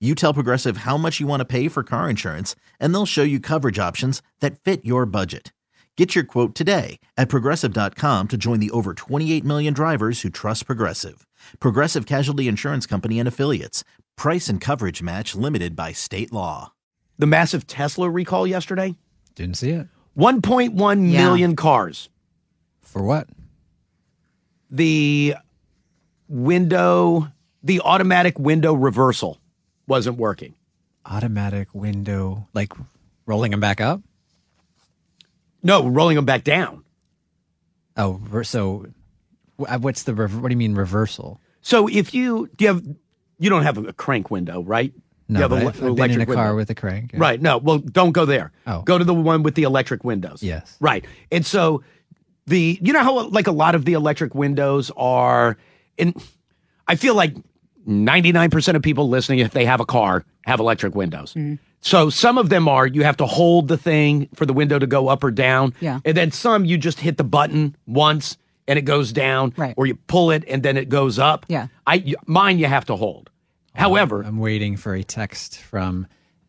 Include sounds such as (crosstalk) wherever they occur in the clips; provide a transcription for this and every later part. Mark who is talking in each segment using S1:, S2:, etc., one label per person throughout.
S1: You tell Progressive how much you want to pay for car insurance, and they'll show you coverage options that fit your budget. Get your quote today at progressive.com to join the over 28 million drivers who trust Progressive. Progressive Casualty Insurance Company and Affiliates. Price and coverage match limited by state law.
S2: The massive Tesla recall yesterday
S3: Didn't see it.
S2: 1.1 million
S4: Yeah.
S2: cars.
S3: For what?
S2: The window, the automatic window reversal wasn't working.
S3: Automatic window, like rolling them back up.
S2: No, rolling them back down.
S3: Oh, re- so wh- uh, what's the rev- what do you mean reversal?
S2: So if you, do you have, you don't have a crank window, right?
S3: No,
S2: you have
S3: but
S2: le-
S3: I've, I've been in a car
S2: window.
S3: with a crank. yeah.
S2: Right. No. Well, don't go there.
S3: Oh.
S2: Go to the one with the electric windows.
S3: Yes.
S2: Right. And so the you know how like a lot of the electric windows are and I feel like 99% of people listening if they have a car have electric windows. So some of them are you have to hold the thing for the window to go up or down.
S4: Yeah.
S2: And then some you just hit the button once and it goes down
S4: Right.
S2: or you pull it and then it goes up.
S4: Yeah.
S2: I mine you have to hold. However,
S3: I'm waiting for a text from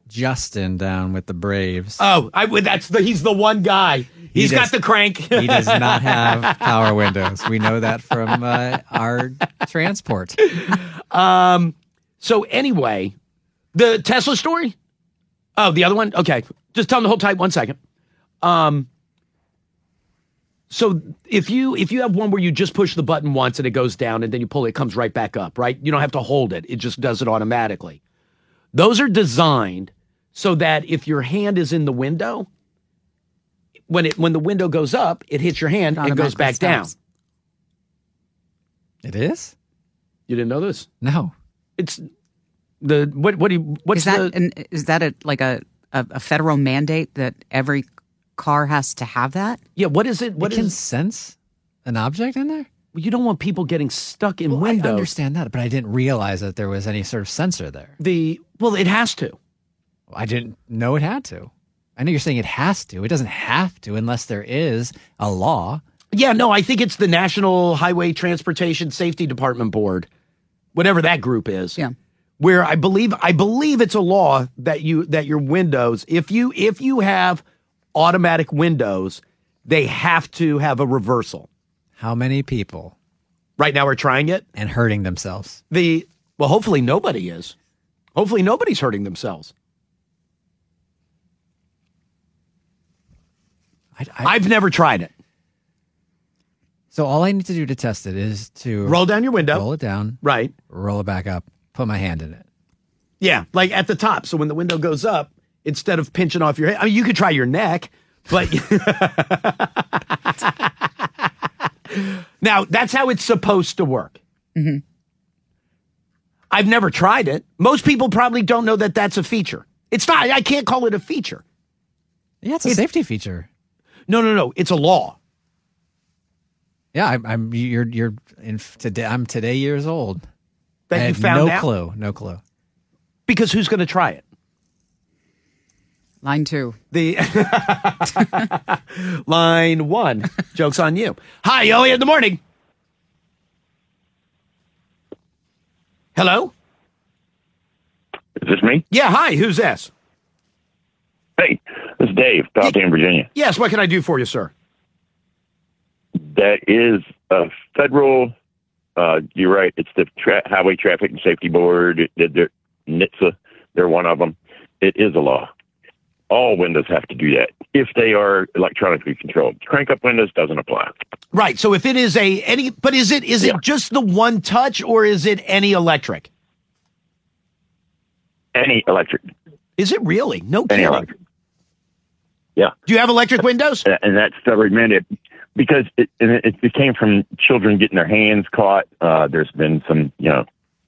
S3: Justin down with
S2: (laughs)
S3: the Braves.
S2: Oh, I would. That's the. He's the one guy. He's
S3: does-
S2: got the crank. (laughs)
S3: he does not have power windows. We know that from uh, our transport.
S2: so anyway, the Tesla story. Oh, the other one. Okay, just tell him to hold tight one second. Um. So if you if you have one where you just push the button once and it goes down and then you pull it, it comes right back up, right? You don't have to hold it; it just does it automatically. Those are designed so that if your hand is in the window, when it when the window goes up, it hits your hand and goes
S4: automatically
S2: back down.
S4: stops.
S3: It is
S2: You didn't know this?
S3: no.
S2: it's the what what do you what's
S4: Is that
S2: the
S4: an, is that a like a, a a federal mandate that every car has to have that?
S2: yeah what is it what
S3: it can
S2: is
S3: sense an object in there.
S2: you don't want people getting stuck in
S3: Well, I
S2: windows
S3: understand that, but I didn't realize that there was any sort of sensor there.
S2: the well it has to
S3: I didn't know it had to. I know you're saying it has to. It doesn't have to unless there is a law.
S2: yeah no i think it's the national highway transportation safety department board whatever that group is
S4: Yeah.
S2: where i believe i believe it's a law that you that your windows if you if you have automatic windows they have to have a reversal
S3: How many people
S2: right now we're trying it
S3: and hurting themselves?
S2: the well hopefully nobody is hopefully nobody's hurting themselves
S3: I, I-
S2: i've never tried it
S3: so all I need to do to test it is to
S2: roll down your window
S3: roll it down,
S2: Right.
S3: roll it back up, put my hand in it.
S2: Yeah. Like at the top. So when the window goes up, instead of pinching off your head, I mean, you could try your neck, but (laughs) now that's how it's supposed to work. I've never tried it. Most people probably don't know that that's a feature. It's not, I can't call it a feature.
S3: Yeah, it's a safety feature.
S2: No, no, no. It's a law.
S3: Yeah, I'm, I'm you're you're in f- today. I'm today years old.
S2: That
S3: I
S2: you
S3: had
S2: found
S3: no
S2: out
S3: clue, no clue.
S2: because who's going to try it?
S4: Line two.
S2: The (laughs) line one. Jokes on you. Hi, Ellie in the morning. Hello.
S5: Is this me?
S2: Yeah. Hi. Who's this?
S5: Hey, this is Dave, Palatine, Virginia.
S2: Yes. What can I do for you, sir?
S5: That is a federal. Uh, you're right. It's the tra- Highway Traffic and Safety Board. They're, they're, NHTSA. They're one of them. It is a law. All windows have to do that if they are electronically controlled. Crank up windows doesn't apply.
S2: Right. So if it is a any, but is it is
S5: Yeah.
S2: it just the one touch or is it any electric?
S5: Any electric,
S2: Is it really? No
S5: any
S2: kidding.
S5: electric,
S2: Do you have electric windows?
S5: A- uh, and that's federally mandated because it, and it, it came from children getting their hands caught. Uh, there's been some, you know,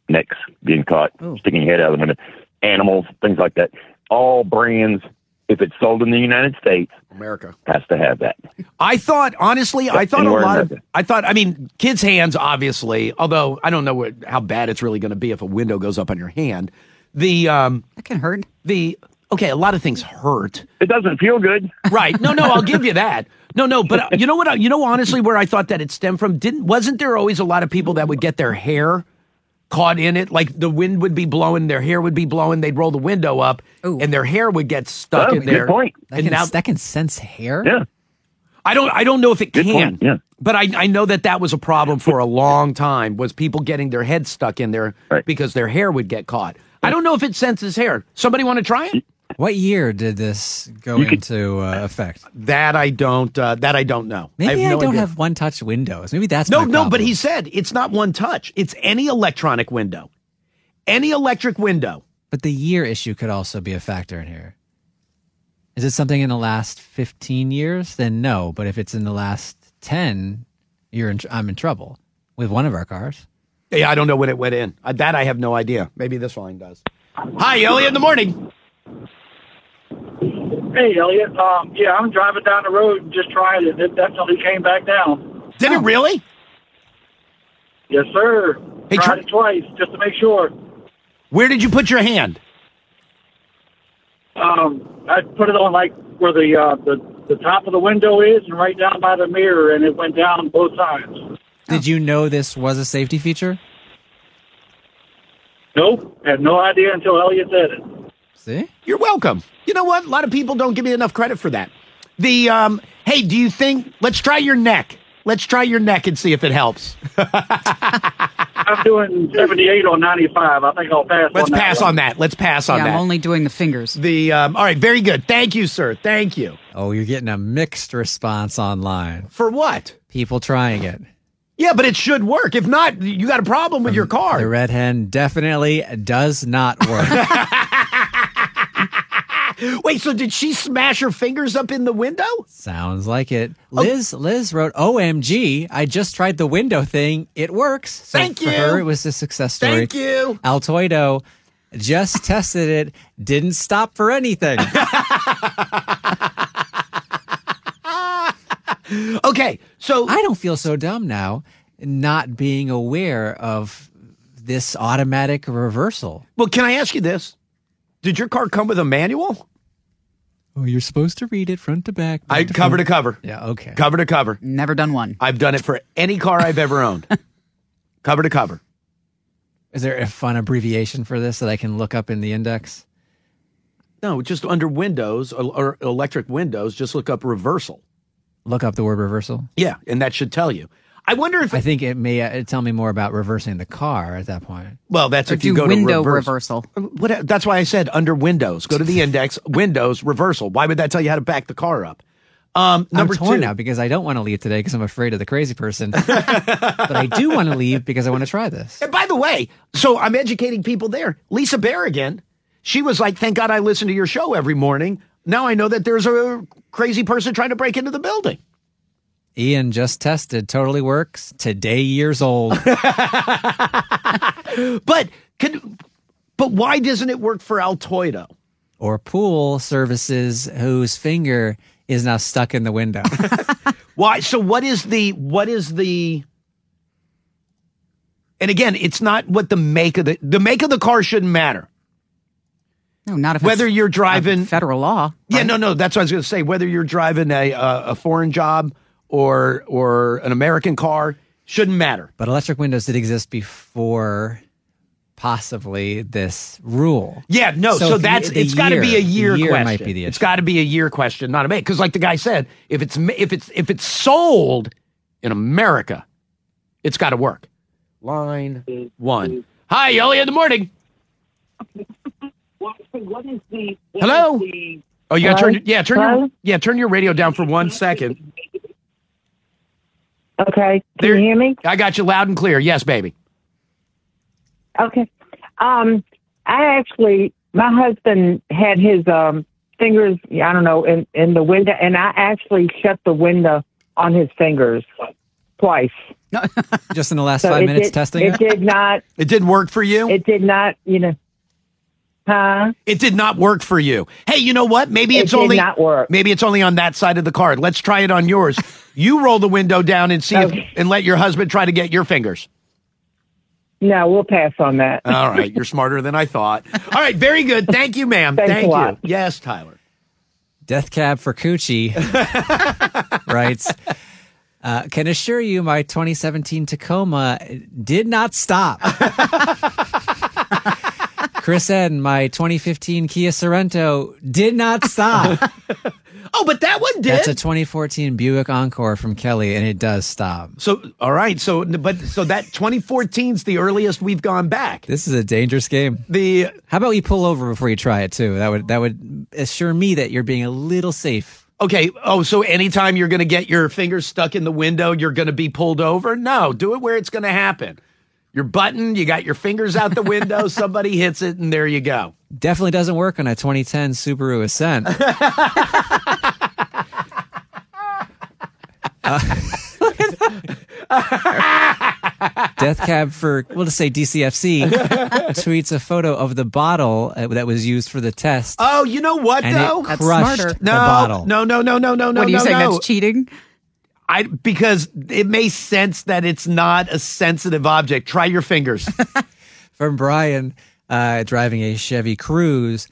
S5: necks being caught,
S4: Oh.
S5: sticking your head out of the window, animals, things like that. All brands, if it's sold in the United States,
S2: America.
S5: has to have that.
S2: I thought honestly, I thought a
S5: anywhere in
S2: lot of
S5: America.
S2: I thought I mean kids' hands obviously, although I don't know what, how bad it's really going to be if a window goes up on your hand. The um
S4: That can hurt.
S2: the okay, a lot of things hurt.
S5: It doesn't feel good.
S2: Right. No, no, I'll give you that. No, no, but uh, you know what? I- You know, honestly, where I thought that it stemmed from didn't wasn't there always a lot of people that would get their hair caught in it? Like the wind would be blowing, their hair would be blowing. They'd roll the window up,
S4: Ooh.
S2: and their hair would get stuck
S5: Oh,
S2: in
S5: good
S2: there.
S5: point.
S3: That
S2: And
S3: can,
S2: now,
S3: that can sense hair.
S5: Yeah.
S2: I don't, I don't know if it
S5: Good
S2: can,
S5: point, yeah.
S2: but I, I know that that was a problem for a long time. Was people getting their head stuck in there
S5: Right.
S2: because their hair would get caught? I don't know if it senses hair. Somebody want to try it?
S3: What year did this go
S5: You could-
S3: into uh, effect?
S2: That I don't. Uh, that I don't know.
S3: Maybe I,
S2: have no
S3: don't
S2: idea.
S3: have one touch windows. Maybe that's
S2: No,
S3: my
S2: no, but
S3: problem.
S2: he said it's not one touch. It's any electronic window. Any electric window.
S3: But the year issue could also be a factor in here. Is it something in the last 15 years? Then no. But if it's in the last 10, you're in, tr- I'm in trouble with one of our cars.
S2: Yeah, I don't know when it went in. Uh, that I have no idea. Maybe this line does. Hi, Ellie in the morning.
S6: Hey, Elliot. Um, yeah, I'm driving down the road and just trying it. It definitely came back down.
S2: Did
S3: Oh.
S2: it really?
S6: Yes, sir.
S2: Hey,
S6: Tried
S2: Tr-
S6: it twice just to make sure.
S2: Where did you put your hand?
S6: Um, I put it on like where the uh, the the top of the window is, and right down by the mirror, and it went down both sides.
S2: Oh.
S3: Did you know this was a safety feature?
S6: Nope, had no idea until Elliot said it.
S3: See?
S2: You're welcome. You know what? A lot of people don't give me enough credit for that. The um, hey, do you think? Let's try your neck. Let's try your neck and see if it helps.
S6: I'm doing 78 on 95. I think I'll pass.
S2: Ah. Let's
S6: on that
S2: pass
S6: one.
S2: on that. Let's pass on
S4: yeah,
S2: that.
S4: I'm only doing the fingers.
S2: the um, all right, very good. Thank you, sir. Thank you
S3: Oh, you're getting a mixed response online.
S2: for what?
S3: People trying it.
S2: Yeah, but it should work. If not, you got a problem with your car.
S3: The red hen definitely does not
S2: (laughs)
S3: work.
S2: Wait, so did she smash her fingers up in the window?
S3: Sounds like it.
S2: Oh.
S3: Liz Liz wrote, OMG, I just tried the window thing. It works. So
S2: Thank
S3: for
S2: you.
S3: her, it was a success story.
S2: Thank you.
S3: Altoido just tested it, didn't stop for (laughs) anything.
S2: Okay, so
S3: I don't feel so dumb now not being aware of this automatic reversal.
S2: well, can I ask you this? Did your car come with a manual?
S3: Oh, you're supposed to read it front to back.
S2: I cover to cover,
S3: Yeah, okay.
S2: cover to cover.
S4: Never done one.
S2: I've done it for any car I've ever (laughs) owned, cover to cover.
S3: Is there a fun abbreviation for this that I can look up in the index?
S2: No, just under windows or, or electric windows, just look up reversal.
S3: Look up the word reversal.
S2: Yeah, and that should tell you. I wonder if
S3: I think it may uh, tell me more about reversing the car at that point.
S2: well, that's
S4: Or
S2: if you
S4: do
S2: go
S4: window
S2: to reverse. Um,
S4: reversal.
S2: What, that's why I said under windows. Go to the (laughs) index, windows, reversal. Why would that tell you how to back the car up? Um, number
S3: I'm torn
S2: two.
S3: now because I don't want to leave today because I'm afraid of the crazy
S2: (laughs)
S3: person, but I do want to leave because I want to try this.
S2: And by the way, so I'm educating people there. Lisa Berrigan, she was like, "Thank God I listen to your show every morning. Now I know that there's a crazy person trying to break into the building."
S3: Ian just tested, totally works. Today,
S7: (laughs)
S3: years old.
S2: But could, but why doesn't it work for Altoido?
S3: or pool services whose finger is now stuck in
S7: (laughs)
S3: the window.
S2: Why? So what is the what is the? And again, it's not what the make of the the make of the car shouldn't matter.
S4: No, not if it's
S2: Whether you're driving,
S4: federal law.
S2: yeah, no, no, that's what I was going to say. Whether you're driving a uh, a foreign job or or an American car shouldn't matter.
S3: but electric windows did exist before possibly this rule.
S2: Yeah, no.
S3: So
S2: So,
S3: if you-
S2: that's
S3: the
S2: it's got to be
S3: year-
S2: a year,
S3: the year
S2: question.
S3: might be the
S2: It's
S3: issue.
S2: got to be a year question, not a make. Because like the guy said, if it's ma- if it's if it's sold in America, it's got to work. Line one.
S7: Mm.
S2: Hi, Ellie. In
S7: (laughs)
S2: the morning. Hello. Oh, you got to turn. your- Yeah, turn your
S7: Hello?
S2: yeah, turn your radio down for one second.
S7: Okay. Can
S2: There-
S7: you hear me?
S2: I got you loud and clear. Yes, baby.
S7: Okay. Um, I actually my husband had his um fingers I don't know in in the window, and I actually shut the window on his fingers twice.
S3: Just in the last
S7: So
S3: five
S7: it
S3: minutes
S7: did,
S3: testing
S7: It
S3: it.
S7: did not.
S2: It didn't work for you?
S7: It did not. You know, huh?
S2: It did not work for you. Hey, you know what? Maybe
S7: It
S2: it's
S7: did
S2: only
S7: not work.
S2: Maybe it's only on that side of the card. Let's try it on yours. you roll the window down and see if,
S7: Okay.
S2: and let your husband try to get your fingers.
S7: No, we'll pass on that.
S2: All right, you're smarter than I thought. All right, very good. Thank you, ma'am.
S7: Thanks a
S2: Thank you.
S7: lot.
S2: Yes, Tyler.
S3: Death cab for coochie writes. Uh, can assure you, my 2017 Tacoma did not stop. Chris N, my 2015 Kia Sorento did not stop.
S2: Oh, but that one did.
S3: That's a 2014 Buick Encore from Kelly, and it does stop.
S2: so all right, so but so that 2014's the earliest we've gone back.
S3: This is a dangerous game.
S2: The
S3: How about you pull over before you try it too? That would that would assure me that you're being a little safe.
S2: okay, oh, so anytime you're going to get your fingers stuck in the window, you're going to be pulled over? No, do it where it's going to happen. Your button, you got your fingers out the
S3: (laughs)
S2: window, somebody hits it and there you go.
S3: Definitely doesn't work on a 2010
S2: (laughs)
S3: Subaru Ascent. Uh, Uh, Death Cab for we'll just
S2: (laughs)
S3: say DCFC tweets a photo of the bottle uh, that was used for the test,
S2: Oh, you know what
S3: and
S2: though?
S3: it crushed
S4: smarter.
S3: the
S2: no,
S3: bottle.
S2: no, no, no, no, no, no.
S4: what do you
S2: no,
S4: say?
S2: no.
S4: That's cheating.
S2: I because it makes sense that it's not a sensitive object. Try your fingers.
S3: from Brian uh, driving a Chevy Cruise.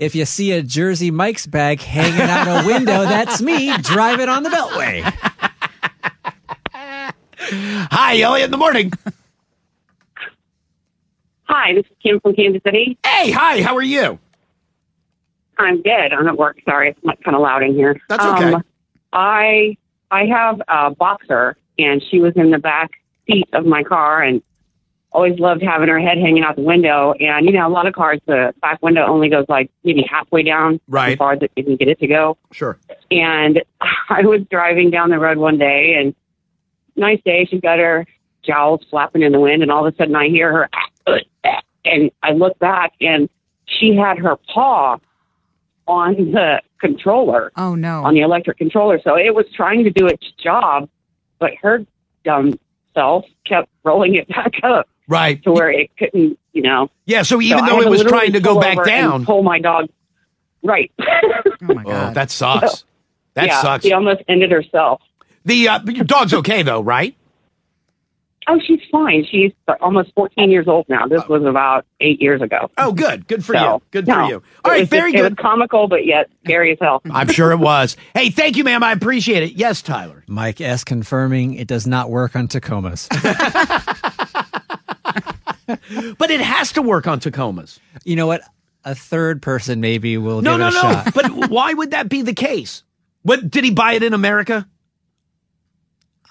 S3: If you see a Jersey Mike's bag hanging out a window, that's me. Drive it on the Beltway.
S2: Hi, Elliot in the morning.
S8: Hi, this is Kim from Kansas City.
S2: Hey, hi, how are you?
S8: I'm good. I'm at work. Sorry, it's kind of loud in here.
S2: That's okay.
S8: Um, I I have a boxer, and she was in the back seat of my car, and always loved having her head hanging out the window. And you know, a lot of cars, the back window only goes like maybe halfway down,
S2: Right.
S8: as far as it, you can get it to go. (laughs)
S2: Sure.
S8: And (laughs) I was driving down the road one day, and nice day, she's got her jowls flapping in the wind, and all of a sudden I hear her, "Ah, uh, ah," and I look back, and she had her paw on the controller,
S4: Oh
S8: on
S4: no.
S8: the electric controller. So it was trying to do its job, but her dumb self kept rolling it back up
S2: Right.
S8: to where it couldn't, you know.
S2: Yeah, so even
S8: So I
S2: though
S8: had
S2: it
S8: to
S2: was
S8: literally
S2: trying to go
S8: pull
S2: back
S8: over and
S2: down.
S8: pull my dog right.
S4: Oh my
S2: Oh,
S4: god.
S2: that sucks. That
S8: yeah,
S2: sucks.
S8: She almost ended herself.
S2: The uh, but your dog's okay though, right?
S8: Oh, she's fine. She's almost 14 years old now. This was about eight years ago.
S2: Oh, good. Good for
S8: So,
S2: you. Good
S8: no.
S2: for you.
S8: It
S2: All right,
S8: was
S2: very
S8: just- It
S2: good.
S8: was comical, but yet scary as hell.
S2: I'm sure it was. Hey, thank you, ma'am. I appreciate it. Yes, Tyler.
S3: Mike S confirming it does not work on
S2: (laughs)
S3: Tacomas.
S2: But it has to work on Tacomas.
S3: you know what? A third person maybe will
S2: No,
S3: give
S2: no,
S3: it a
S2: no.
S3: shot.
S2: but (laughs) why would that be the case? What did he buy it in America?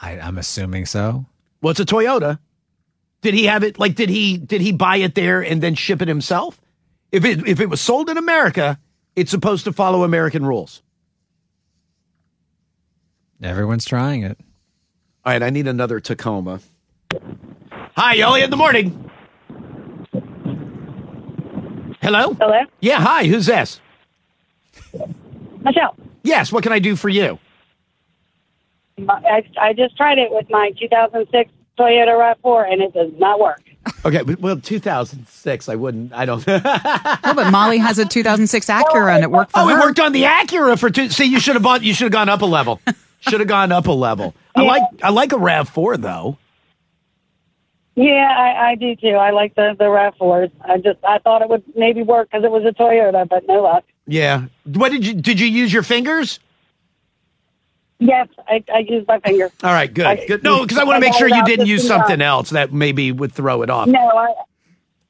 S3: I, I'm assuming so.
S2: Well, it's a Toyota. Did he have it? Like, did he did he buy it there and then ship it himself? If it if it was sold in America, it's supposed to follow American rules.
S3: Everyone's trying it.
S2: All right, I need another Tacoma. Hi, Ellie in the morning. Hello?
S8: Hello?
S2: Yeah, hi, who's this?
S9: Michelle,
S2: Yes, what can I do for you?
S9: my, I, I just tried it with my 2006 Toyota RAV4, and it does not work.
S2: Okay, w- well, 2006, I wouldn't, I don't. (laughs)
S4: Oh, but Molly has a 2006 Acura and it worked for
S2: oh, it
S4: her.
S2: worked on the Acura for two. See, you should have bought, you should have gone up a level. Should have gone up a level. I like, I like a RAV4 though.
S9: Yeah, I, I do too. I like the the RAV4s. I just I thought it would maybe work because it was a Toyota, but no luck.
S2: Yeah. What did you, did you use your fingers?
S9: Yes, I, I used my finger.
S2: All right, good.
S9: I-
S2: good. No, because I want to make
S9: I
S2: sure you
S9: got
S2: didn't
S9: this
S2: use
S9: in mind.
S8: uh,
S2: something else that maybe would throw it off.
S9: No, I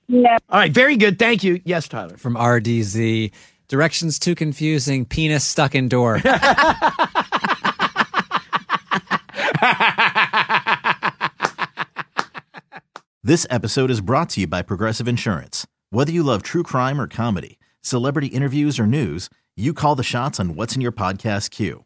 S9: no.
S2: All right, very good. Thank you. Yes, Tyler.
S3: From RDZ. Directions too confusing. Penis stuck in door.
S1: This episode is brought to you by Progressive Insurance. Whether you love true crime or comedy, celebrity interviews or news, you call the shots on what's in your podcast queue.